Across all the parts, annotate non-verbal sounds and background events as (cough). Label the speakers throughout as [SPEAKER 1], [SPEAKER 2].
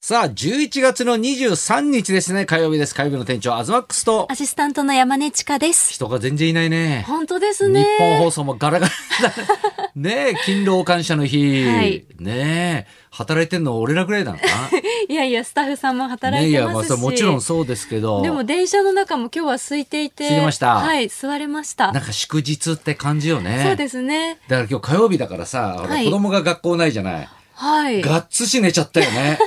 [SPEAKER 1] さあ、11月の23日ですね、火曜日です。火曜日の店長、アズマックスと、
[SPEAKER 2] アシスタントの山根千佳です。
[SPEAKER 1] 人が全然いないね。
[SPEAKER 2] 本当ですね。
[SPEAKER 1] 日本放送もガラガラだね。
[SPEAKER 2] (laughs)
[SPEAKER 1] ねえ、勤労感謝の日。
[SPEAKER 2] はい
[SPEAKER 1] ねえ、働いてんの俺らぐらいなのか
[SPEAKER 2] いやいや、スタッフさんも
[SPEAKER 1] な。
[SPEAKER 2] 働
[SPEAKER 1] ねえ、い
[SPEAKER 2] いて
[SPEAKER 1] や、ま
[SPEAKER 2] ま
[SPEAKER 1] あ、
[SPEAKER 2] すし。
[SPEAKER 1] それもちろんそうですけど、
[SPEAKER 2] でも
[SPEAKER 1] な
[SPEAKER 2] 電車の中も今日は空いていて。
[SPEAKER 1] 空いてました
[SPEAKER 2] はい、座れました。
[SPEAKER 1] んか祝日って感じよね。
[SPEAKER 2] そうですね。
[SPEAKER 1] だから今日火曜日だからさ、ほら
[SPEAKER 2] はい
[SPEAKER 1] 子供が学校ないじゃない。
[SPEAKER 2] はい。
[SPEAKER 1] がっつし寝ちゃったよ
[SPEAKER 2] (laughs)
[SPEAKER 1] ね。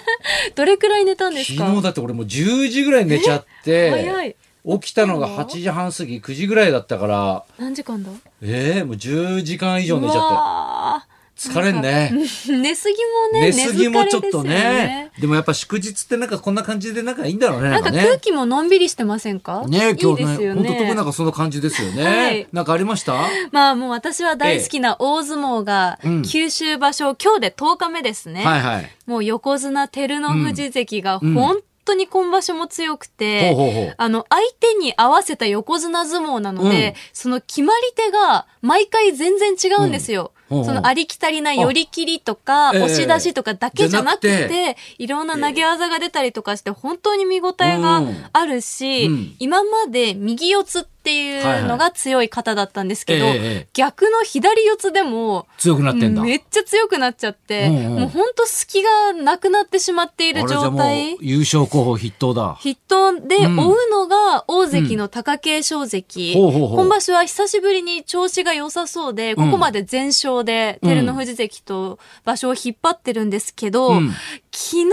[SPEAKER 2] どれくらい寝たんです
[SPEAKER 1] 昨
[SPEAKER 2] か
[SPEAKER 1] 日だって俺もう10時ぐらい寝ちゃって、
[SPEAKER 2] 早い。
[SPEAKER 1] 起きたのが8時半過ぎ、9時ぐらいだったから、
[SPEAKER 2] 何時間だ
[SPEAKER 1] ええもう10時間以
[SPEAKER 2] 以
[SPEAKER 1] 上寝ちゃっ
[SPEAKER 2] ゃ
[SPEAKER 1] て。疲れんね。
[SPEAKER 2] (laughs) 寝すぎもね、
[SPEAKER 1] 寝すぎもちょっと
[SPEAKER 2] 寝疲れですよ
[SPEAKER 1] ね。。でもやっぱ祝日ってなんかこんな感じでなんかいいんだろうね。な
[SPEAKER 2] なんん
[SPEAKER 1] か
[SPEAKER 2] か
[SPEAKER 1] ね
[SPEAKER 2] 空。気ものんびりしてませんか
[SPEAKER 1] ね
[SPEAKER 2] い
[SPEAKER 1] 今
[SPEAKER 2] い
[SPEAKER 1] 日
[SPEAKER 2] です
[SPEAKER 1] ね、
[SPEAKER 2] よ
[SPEAKER 1] 本当ともなん
[SPEAKER 2] ね。
[SPEAKER 1] かそんな感じですよね。
[SPEAKER 2] はい
[SPEAKER 1] なんかありました
[SPEAKER 2] まあもう私は大好きな大相撲が
[SPEAKER 1] ええうん
[SPEAKER 2] 九州場所、今日で10日目ですね。
[SPEAKER 1] はいはい。
[SPEAKER 2] もう横綱照ノ富士関が
[SPEAKER 1] うん
[SPEAKER 2] 本当に今場所も強く
[SPEAKER 1] ほ
[SPEAKER 2] て、
[SPEAKER 1] うほうほう。
[SPEAKER 2] あの、相手に合わせた横綱相撲なので、
[SPEAKER 1] うん
[SPEAKER 2] その決まり手が毎回全然違うんですよ。
[SPEAKER 1] うんほうほう
[SPEAKER 2] そのありきたりな寄り切りとか、
[SPEAKER 1] ええ
[SPEAKER 2] 押し出しとかだけじゃなくて、
[SPEAKER 1] じゃなくて
[SPEAKER 2] いろんな投げ技が出たりとかして、本当に見応えがあるし、
[SPEAKER 1] うんうん
[SPEAKER 2] 今まで右四つっていうのが強い方だったんですけど、
[SPEAKER 1] はいはいええええ
[SPEAKER 2] 逆の左四つでも、
[SPEAKER 1] 強くなってんだ。
[SPEAKER 2] めっちゃ強くなっちゃって、
[SPEAKER 1] うんうん
[SPEAKER 2] もうほんと隙がなくなってしまってい
[SPEAKER 1] あ
[SPEAKER 2] る
[SPEAKER 1] れじゃ
[SPEAKER 2] 状
[SPEAKER 1] もう
[SPEAKER 2] 態。
[SPEAKER 1] 優勝候補筆頭だ。
[SPEAKER 2] 筆頭で
[SPEAKER 1] うん
[SPEAKER 2] 追うのが大関の貴景勝関、
[SPEAKER 1] ほうほうほう
[SPEAKER 2] 今場所は久しぶりに調子が良さそうで、ここまで全勝で
[SPEAKER 1] うん
[SPEAKER 2] 照ノ富士関と場所を引っ張ってるんですけど、
[SPEAKER 1] うん
[SPEAKER 2] 昨日の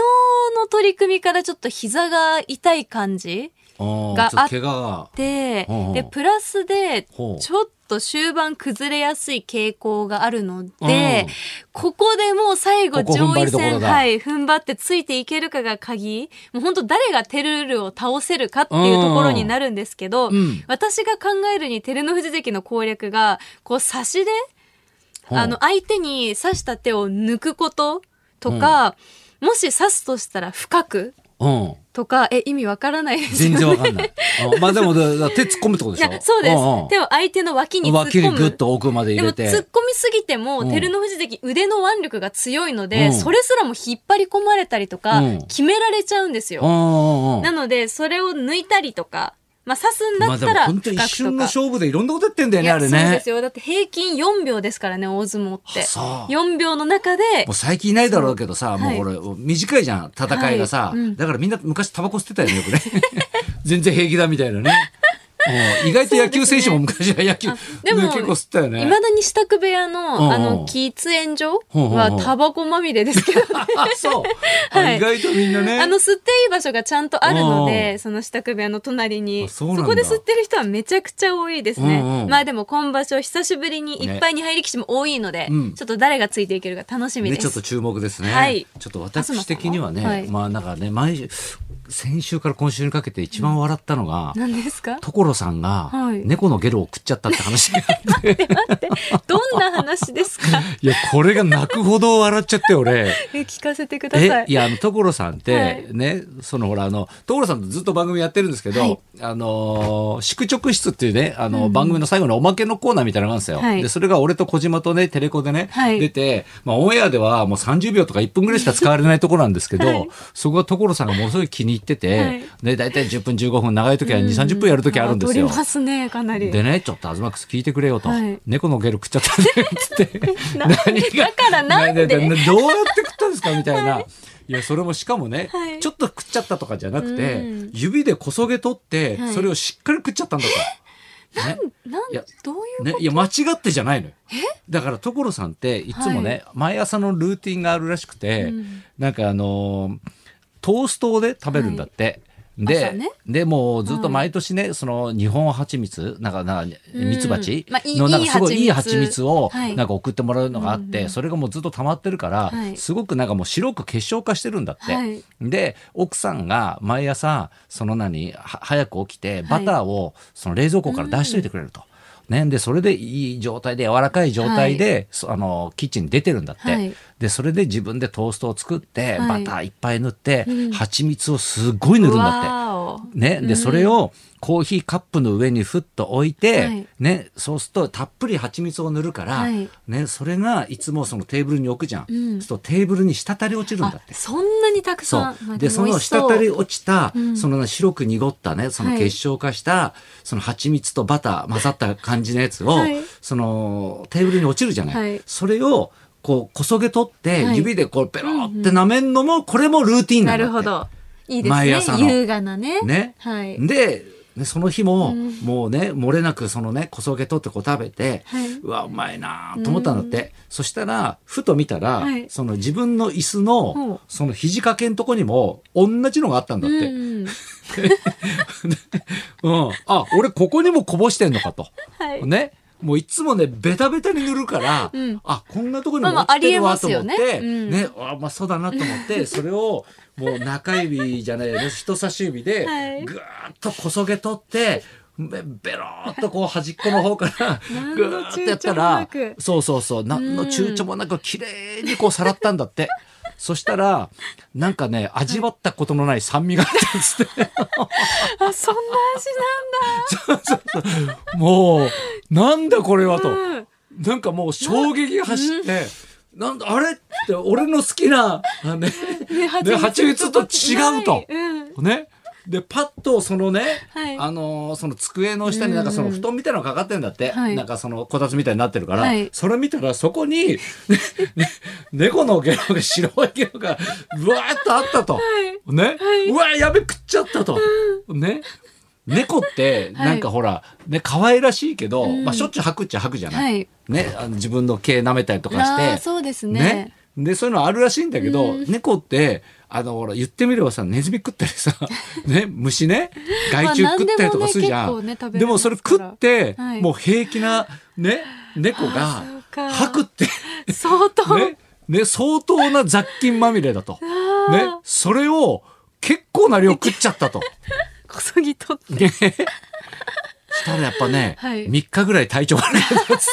[SPEAKER 2] 取り組みからちょっと膝が痛い感じ
[SPEAKER 1] ああ、
[SPEAKER 2] が
[SPEAKER 1] ちょっと怪我が。
[SPEAKER 2] で
[SPEAKER 1] ほうほう
[SPEAKER 2] でプラスで
[SPEAKER 1] ほう
[SPEAKER 2] ちょっと終盤崩れやすい傾向があるの
[SPEAKER 1] うん
[SPEAKER 2] で、ここでもう最後
[SPEAKER 1] ここ踏ん
[SPEAKER 2] 上
[SPEAKER 1] 張り
[SPEAKER 2] 位
[SPEAKER 1] どころ
[SPEAKER 2] 戦、
[SPEAKER 1] だ
[SPEAKER 2] はい、踏ん張ってついていけるかが鍵。もう本当誰がテルールを倒せるかっていうところになるんですけど、
[SPEAKER 1] うん
[SPEAKER 2] 私が考えるに照ノ富士関の攻略が、こう差しで、
[SPEAKER 1] ほう
[SPEAKER 2] あの、相手に刺した手を抜くこととか、もし刺すとしたら深く
[SPEAKER 1] うん。
[SPEAKER 2] とか、え、意味わからないですよ
[SPEAKER 1] 全
[SPEAKER 2] ね。
[SPEAKER 1] 然わかん
[SPEAKER 2] (laughs)
[SPEAKER 1] ない。うんまあでも、だだ手突っ込むってこと
[SPEAKER 2] い
[SPEAKER 1] でしょ
[SPEAKER 2] や、そうです。
[SPEAKER 1] んん
[SPEAKER 2] 手を相手の脇に突っ
[SPEAKER 1] 脇
[SPEAKER 2] 込
[SPEAKER 1] に
[SPEAKER 2] む。
[SPEAKER 1] グッと奥まで
[SPEAKER 2] で
[SPEAKER 1] 入
[SPEAKER 2] も
[SPEAKER 1] れて。
[SPEAKER 2] 突っ込みすぎても、
[SPEAKER 1] うん
[SPEAKER 2] 照ノ富士関腕の腕力が強いので、
[SPEAKER 1] うん
[SPEAKER 2] それすらも引っ張り込まれたりとか、
[SPEAKER 1] うん
[SPEAKER 2] 決められちゃうんです
[SPEAKER 1] う
[SPEAKER 2] よ。
[SPEAKER 1] んうんうん
[SPEAKER 2] なので、それを抜いたりとか、まあ、刺すんだ
[SPEAKER 1] まあ
[SPEAKER 2] っ
[SPEAKER 1] で
[SPEAKER 2] た
[SPEAKER 1] も
[SPEAKER 2] ら、
[SPEAKER 1] 本当に一瞬の勝負でいろんなことやってんだよ
[SPEAKER 2] い
[SPEAKER 1] ね、あ
[SPEAKER 2] や
[SPEAKER 1] れ
[SPEAKER 2] そう
[SPEAKER 1] ね。
[SPEAKER 2] ですよ。だって平均4秒ですからね、大相撲って。
[SPEAKER 1] さあ
[SPEAKER 2] 4秒の中で、
[SPEAKER 1] もう最近いないだろうけどさ、もうこれ、短いじゃん、戦いがさ、
[SPEAKER 2] はいうん
[SPEAKER 1] だからみんな昔タバコ吸ってたよね、よくね。 (laughs) 全然平気だみたいなね。うん意外と野球選手も昔は野球、ね
[SPEAKER 2] あでも
[SPEAKER 1] 結構吸ったよ
[SPEAKER 2] い
[SPEAKER 1] ね
[SPEAKER 2] ま。だに支度部屋の、
[SPEAKER 1] うんうん
[SPEAKER 2] あの、喫煙所
[SPEAKER 1] うんうんうん
[SPEAKER 2] はタバコまみれですけど、
[SPEAKER 1] (laughs) あ、そう、
[SPEAKER 2] (laughs) は
[SPEAKER 1] あ
[SPEAKER 2] い
[SPEAKER 1] 意外とみんなね。
[SPEAKER 2] あの、吸っていい場所がちゃんとあるの
[SPEAKER 1] う
[SPEAKER 2] で、その支度部屋の隣に。
[SPEAKER 1] あ
[SPEAKER 2] そ
[SPEAKER 1] そうなんだ
[SPEAKER 2] こで吸ってる人はめちゃくちゃ多いですね。
[SPEAKER 1] うんうん
[SPEAKER 2] まあでも今場所久しぶりにいっぱいに入り口も多いので、
[SPEAKER 1] うん
[SPEAKER 2] ちょっと誰がついていけるか楽しみ
[SPEAKER 1] ね、
[SPEAKER 2] で
[SPEAKER 1] ちょっ
[SPEAKER 2] す。
[SPEAKER 1] と注目ですね。
[SPEAKER 2] はい
[SPEAKER 1] ちょっと私的にはね、
[SPEAKER 2] 東さんははい
[SPEAKER 1] まあなんかね、毎週、先週から今週にかけて一番笑ったのが、
[SPEAKER 2] 何で
[SPEAKER 1] (laughs)
[SPEAKER 2] すか
[SPEAKER 1] 所さんが
[SPEAKER 2] はい
[SPEAKER 1] 猫のゲロを食っちゃったって話があって、
[SPEAKER 2] どんな話で
[SPEAKER 1] (laughs)
[SPEAKER 2] すか
[SPEAKER 1] いや、これが泣くほど笑っちゃって、
[SPEAKER 2] (laughs)
[SPEAKER 1] 俺。
[SPEAKER 2] え聞かせてくださ
[SPEAKER 1] え
[SPEAKER 2] い。
[SPEAKER 1] いやあの所さんって、
[SPEAKER 2] はい
[SPEAKER 1] ねそのほらあの所さんとずっと番組やってるんですけど「
[SPEAKER 2] はい
[SPEAKER 1] あのー宿直室」っていうねあの、番組の最後のおまけのコーナーみたいなのがあるんですよ、
[SPEAKER 2] はい
[SPEAKER 1] でそれが俺と小島とねテレコでね、
[SPEAKER 2] はい
[SPEAKER 1] 出て、まあ、オンエアではもう30秒とか1分ぐらいしか使われないところなんですけど、
[SPEAKER 2] はい
[SPEAKER 1] そこは所さんがものすごい気に入ってて、
[SPEAKER 2] はい
[SPEAKER 1] ね、大体10分15分長い時は2 3 0分やる時あるんですよ。
[SPEAKER 2] 取りますね、かなり。
[SPEAKER 1] でね、ちょっとアズマックス聞いてくれよと。
[SPEAKER 2] はい
[SPEAKER 1] 猫のゲロ食っちゃったね、つって。
[SPEAKER 2] (laughs) なだからなんで
[SPEAKER 1] どうやって食ったんですかみたいな。いや、それもしかもね、
[SPEAKER 2] はい
[SPEAKER 1] ちょっと食っちゃったとかじゃなくて、
[SPEAKER 2] うん
[SPEAKER 1] 指でこそげ取って、
[SPEAKER 2] はい
[SPEAKER 1] それをしっかり食っちゃったんだから。ね
[SPEAKER 2] なん
[SPEAKER 1] いや
[SPEAKER 2] どういう
[SPEAKER 1] ね、いや間違ってじゃないのよだから所さんっていつもね、
[SPEAKER 2] は
[SPEAKER 1] 毎朝のルーティンがあるらしくて、
[SPEAKER 2] うん
[SPEAKER 1] なんかあのートーストで食べるんだって。で、
[SPEAKER 2] 朝ね
[SPEAKER 1] でもうずっと毎年ね、その日本蜂蜜なんかなんか
[SPEAKER 2] うん
[SPEAKER 1] 蜜蜂
[SPEAKER 2] まあいい
[SPEAKER 1] のなんかすごいい
[SPEAKER 2] い
[SPEAKER 1] い
[SPEAKER 2] い
[SPEAKER 1] 蜂
[SPEAKER 2] 蜂蜜
[SPEAKER 1] 蜜を
[SPEAKER 2] はい
[SPEAKER 1] なんか送ってもらうのがあっ
[SPEAKER 2] うん
[SPEAKER 1] て、
[SPEAKER 2] うん
[SPEAKER 1] それがもうずっと溜まってるから、
[SPEAKER 2] はい
[SPEAKER 1] すごくなんかもう白く結晶化してるんだって。
[SPEAKER 2] はい
[SPEAKER 1] で奥さんが毎朝その何は早く起きてバターをその冷蔵庫から出しといてくれると。ね、でそれでいい状態で柔らかい状態で、そあのキッチンに出てるんだって、
[SPEAKER 2] はい
[SPEAKER 1] でそれで自分でトーストを作って、
[SPEAKER 2] はい
[SPEAKER 1] バターいっぱい塗って、
[SPEAKER 2] うん
[SPEAKER 1] 蜂蜜をすっごい塗るんだって
[SPEAKER 2] わーお
[SPEAKER 1] ね、で、それをコーヒーカップの上にふっと置いて、
[SPEAKER 2] はい
[SPEAKER 1] ね、そうするとたっぷり蜂蜜を塗るから、
[SPEAKER 2] はい
[SPEAKER 1] ね、それがいつもそのテーブルに置くじゃん。
[SPEAKER 2] うん
[SPEAKER 1] そうするとテーブルに滴り落ちるんだ
[SPEAKER 2] あ
[SPEAKER 1] って。
[SPEAKER 2] そんなにたく
[SPEAKER 1] そ
[SPEAKER 2] さんまあ
[SPEAKER 1] う。で、
[SPEAKER 2] も
[SPEAKER 1] そ
[SPEAKER 2] 美
[SPEAKER 1] の
[SPEAKER 2] 味しそう
[SPEAKER 1] 滴り落ちた、
[SPEAKER 2] うん
[SPEAKER 1] その白く濁ったね、その
[SPEAKER 2] はい
[SPEAKER 1] 結晶化した、その蜂蜜とバター混ざった感じのやつを、
[SPEAKER 2] はい
[SPEAKER 1] そのテーブルに落ちるじゃない。
[SPEAKER 2] はい
[SPEAKER 1] それを、こう、こそげ取って、
[SPEAKER 2] はい
[SPEAKER 1] 指でこう、ペローって舐めんのも、これもルーティンな
[SPEAKER 2] なん
[SPEAKER 1] だっ
[SPEAKER 2] る
[SPEAKER 1] て。
[SPEAKER 2] ほどいいです
[SPEAKER 1] 毎
[SPEAKER 2] ね
[SPEAKER 1] 朝の
[SPEAKER 2] 優雅なね
[SPEAKER 1] ね
[SPEAKER 2] はい
[SPEAKER 1] で、ねその日も、
[SPEAKER 2] うん
[SPEAKER 1] もうね、漏れなくそのね、こそげ取ってこう食べて、
[SPEAKER 2] はいう
[SPEAKER 1] わ、うまいなと思ったんだって。そしたら、ふと見たら、
[SPEAKER 2] はい
[SPEAKER 1] その自分の椅子
[SPEAKER 2] ほ
[SPEAKER 1] の
[SPEAKER 2] う、
[SPEAKER 1] その肘掛けんとこにも、同じのがあったんだって。うん。
[SPEAKER 2] うん
[SPEAKER 1] あ、俺ここにもこぼしてんのかと。
[SPEAKER 2] はい
[SPEAKER 1] ね。もういつもね、ベタベタに塗るから、
[SPEAKER 2] うん
[SPEAKER 1] あ、こんなとこにも
[SPEAKER 2] まあまあ
[SPEAKER 1] 落ちてる
[SPEAKER 2] あ
[SPEAKER 1] わ
[SPEAKER 2] り
[SPEAKER 1] と
[SPEAKER 2] え
[SPEAKER 1] 思
[SPEAKER 2] ます
[SPEAKER 1] っ
[SPEAKER 2] よ
[SPEAKER 1] て、
[SPEAKER 2] ねうん
[SPEAKER 1] ね、あ、まあそうだなと思って、それを、もう中指じゃないよね、人差し指で
[SPEAKER 2] はい、
[SPEAKER 1] ぐーっとこそげ取って、べベローっとこう端っこの方から
[SPEAKER 2] 何
[SPEAKER 1] ぐ
[SPEAKER 2] の
[SPEAKER 1] ーってやった
[SPEAKER 2] 躊
[SPEAKER 1] ら
[SPEAKER 2] 躇もなく
[SPEAKER 1] そうそうそう何の躊躇もなく綺麗にこうさらったんだってそしたらなんかね味わったことのない酸味があったんですって
[SPEAKER 2] あそんな味
[SPEAKER 1] もうなんだこれはと
[SPEAKER 2] なんだ
[SPEAKER 1] なんかもう衝撃が走って、なんだ、あれって、俺の好きな、あね、
[SPEAKER 2] ね
[SPEAKER 1] ね蜂蜜と違うと
[SPEAKER 2] ないうん
[SPEAKER 1] ね。で、パッとそのね、
[SPEAKER 2] はい
[SPEAKER 1] あのーその机の下になんかその布団みたいなのがかかってんだって、
[SPEAKER 2] はい
[SPEAKER 1] なんかそのこたつみたいになってるから、
[SPEAKER 2] はい
[SPEAKER 1] それ見たらそこに、ねね猫のゲロが白いゲロが、うわーっとあったと。ね、うわーやべ、食っちゃったと。ね。猫って、なんかほら、ね、可愛らしいけど、
[SPEAKER 2] ん
[SPEAKER 1] まあ、しょっちゅう吐くっちゃ吐くじゃない。
[SPEAKER 2] はい
[SPEAKER 1] ね、あの自分の毛舐めたりとかし
[SPEAKER 2] あ
[SPEAKER 1] て
[SPEAKER 2] ー。そうです
[SPEAKER 1] ね
[SPEAKER 2] ね。
[SPEAKER 1] で、そういうのあるらしいんだけど、
[SPEAKER 2] うん
[SPEAKER 1] 猫って、あの、ほら、言ってみればさ、ネズミ食ったり
[SPEAKER 2] (laughs)
[SPEAKER 1] さ、ね、虫ね、害虫食ったりとかするじゃ
[SPEAKER 2] まあ何でも
[SPEAKER 1] ん。
[SPEAKER 2] ね結構ね食べれますから
[SPEAKER 1] でもそれ食って、
[SPEAKER 2] はい
[SPEAKER 1] もう平気な、ね、猫が
[SPEAKER 2] あそう、か
[SPEAKER 1] 吐くって、
[SPEAKER 2] 相当
[SPEAKER 1] ね、ね、相当な雑菌まみれだと。
[SPEAKER 2] (laughs) あー
[SPEAKER 1] ね、それを結構な量食っちゃったと。
[SPEAKER 2] こそぎ取って
[SPEAKER 1] ねしたらやっぱね、
[SPEAKER 2] はい
[SPEAKER 1] 3日ぐらい体調悪いや
[SPEAKER 2] (laughs)
[SPEAKER 1] つ。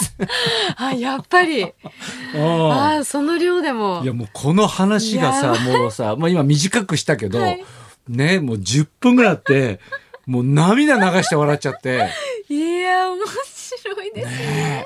[SPEAKER 2] あやっ
[SPEAKER 1] (laughs)
[SPEAKER 2] ぱり
[SPEAKER 1] うん
[SPEAKER 2] あーその量でも
[SPEAKER 1] いやもうこの話が
[SPEAKER 2] や
[SPEAKER 1] さ、もうさ、まあ今短くしたけど、
[SPEAKER 2] はい
[SPEAKER 1] ね、もう10分ぐらいあって、もう涙流して笑っちゃって、
[SPEAKER 2] いや面白いですね
[SPEAKER 1] ね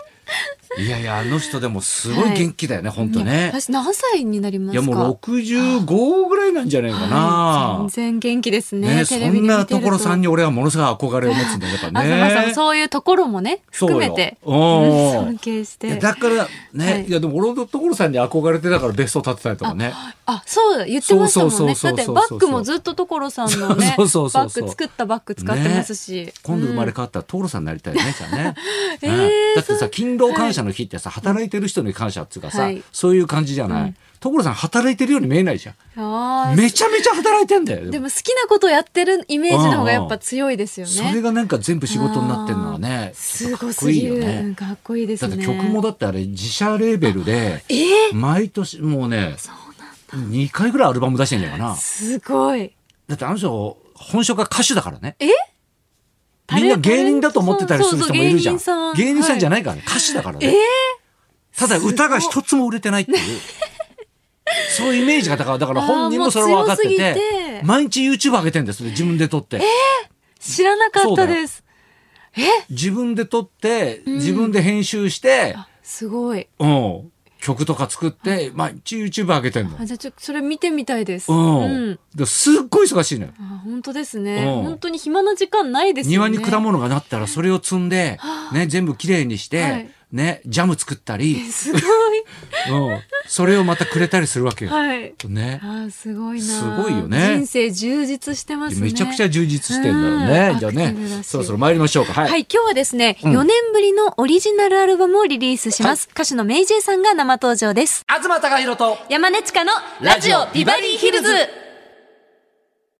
[SPEAKER 1] いやいや、あの人でもすごい元気だよね、ほんとね。
[SPEAKER 2] 私何歳になります
[SPEAKER 1] い
[SPEAKER 2] か
[SPEAKER 1] やもう65ぐらいなんじゃないか
[SPEAKER 2] はい
[SPEAKER 1] な。
[SPEAKER 2] 全然元気ですね
[SPEAKER 1] ね、そ
[SPEAKER 2] テレビで
[SPEAKER 1] ん
[SPEAKER 2] 見てる
[SPEAKER 1] なところさんに俺はものすごい憧れを持つんだよ、やっぱ
[SPEAKER 2] あさんも
[SPEAKER 1] ね。
[SPEAKER 2] そういうところもね
[SPEAKER 1] そう
[SPEAKER 2] 含
[SPEAKER 1] よ
[SPEAKER 2] めて
[SPEAKER 1] う
[SPEAKER 2] うんん尊敬し
[SPEAKER 1] いや
[SPEAKER 2] て
[SPEAKER 1] だからね、
[SPEAKER 2] はい
[SPEAKER 1] い、やでも俺の所さんに憧れてだから別荘建てたりとかね。
[SPEAKER 2] あそうだ言ってましたもんね
[SPEAKER 1] そうそうそうそう
[SPEAKER 2] だってバッグもずっと所さんのね
[SPEAKER 1] そ
[SPEAKER 2] バ
[SPEAKER 1] うそうそうそう
[SPEAKER 2] ッグ作ったバッグ使ってますし
[SPEAKER 1] 今度生まれ
[SPEAKER 2] うん
[SPEAKER 1] 変わったら所さんになりたいよね、じゃあ
[SPEAKER 2] (laughs)
[SPEAKER 1] ね。
[SPEAKER 2] え
[SPEAKER 1] うん
[SPEAKER 2] ー
[SPEAKER 1] だってさ勤労感謝の日ってさ働いてる人に感謝っていうかさ、
[SPEAKER 2] はい
[SPEAKER 1] そういう感じじゃない、
[SPEAKER 2] うん
[SPEAKER 1] 所さん働いてるように見えないじゃ
[SPEAKER 2] あ
[SPEAKER 1] ん
[SPEAKER 2] ー
[SPEAKER 1] めちゃめちゃ働いてんだよ
[SPEAKER 2] でも好きなことをやってるイメージの方がやっぱ強いですよ
[SPEAKER 1] それ
[SPEAKER 2] ね
[SPEAKER 1] がなんか全部仕事になってんのはねちょ
[SPEAKER 2] す
[SPEAKER 1] っとか
[SPEAKER 2] ご
[SPEAKER 1] っこ
[SPEAKER 2] す
[SPEAKER 1] いい
[SPEAKER 2] ぎ
[SPEAKER 1] よ
[SPEAKER 2] るう
[SPEAKER 1] ね
[SPEAKER 2] んかっこいいで
[SPEAKER 1] だ
[SPEAKER 2] す
[SPEAKER 1] って
[SPEAKER 2] ね
[SPEAKER 1] 曲もだってあれ自社レーベルで
[SPEAKER 2] えー
[SPEAKER 1] 毎年もうね2回ぐらいアルバム出してんじゃないかな
[SPEAKER 2] すごい
[SPEAKER 1] だってあの人本職が歌手だからね
[SPEAKER 2] え
[SPEAKER 1] みんな芸人だと思ってたりする人もいるじゃん
[SPEAKER 2] そうそうそう
[SPEAKER 1] 芸
[SPEAKER 2] 芸人さん
[SPEAKER 1] 人さんじゃないからね、歌手だからね、
[SPEAKER 2] えー
[SPEAKER 1] ただ歌が一つも売れてないって
[SPEAKER 2] (laughs)
[SPEAKER 1] いう。そういうイメージがだから、だから本人もそれは分かってて、
[SPEAKER 2] あーもう強すぎて
[SPEAKER 1] 毎日 YouTube 上げてんですね、自分で撮って。
[SPEAKER 2] 知らなかったです
[SPEAKER 1] 自分で撮って、自分で編集して、
[SPEAKER 2] すごい
[SPEAKER 1] うん、曲とか作って、毎日 YouTube 上げてんの
[SPEAKER 2] あ。じゃあちょっとそれ見てみたいです
[SPEAKER 1] うん。ですっごい忙しいのよ。
[SPEAKER 2] あ本当ですね
[SPEAKER 1] うん
[SPEAKER 2] 本当に暇な時間ないですよ
[SPEAKER 1] 庭
[SPEAKER 2] ね
[SPEAKER 1] に果物がなったらそれを摘んで、ね、全部きれいにして、
[SPEAKER 2] はい
[SPEAKER 1] ね、ジャム作ったり、
[SPEAKER 2] (laughs) す
[SPEAKER 1] う
[SPEAKER 2] ごい
[SPEAKER 1] ん、それをまたくれたりするわけよ。
[SPEAKER 2] はい
[SPEAKER 1] ね
[SPEAKER 2] あ。ーすごいな
[SPEAKER 1] すごいよね
[SPEAKER 2] 人生充実してますね
[SPEAKER 1] めちゃくちゃ充実してんだよ
[SPEAKER 2] う
[SPEAKER 1] ね。
[SPEAKER 2] ん
[SPEAKER 1] じゃあ
[SPEAKER 2] アクティブ
[SPEAKER 1] ね、
[SPEAKER 2] だし
[SPEAKER 1] そろそろ参りましょうか。はい。
[SPEAKER 2] はい、今日はですね、
[SPEAKER 1] ん
[SPEAKER 2] 4年ぶりのオリジナルアルバムをリリースします。歌手のメイジェイさんが生登場です。
[SPEAKER 1] 東隆弘と
[SPEAKER 2] 山根ちかのラジオビバリーヒルズ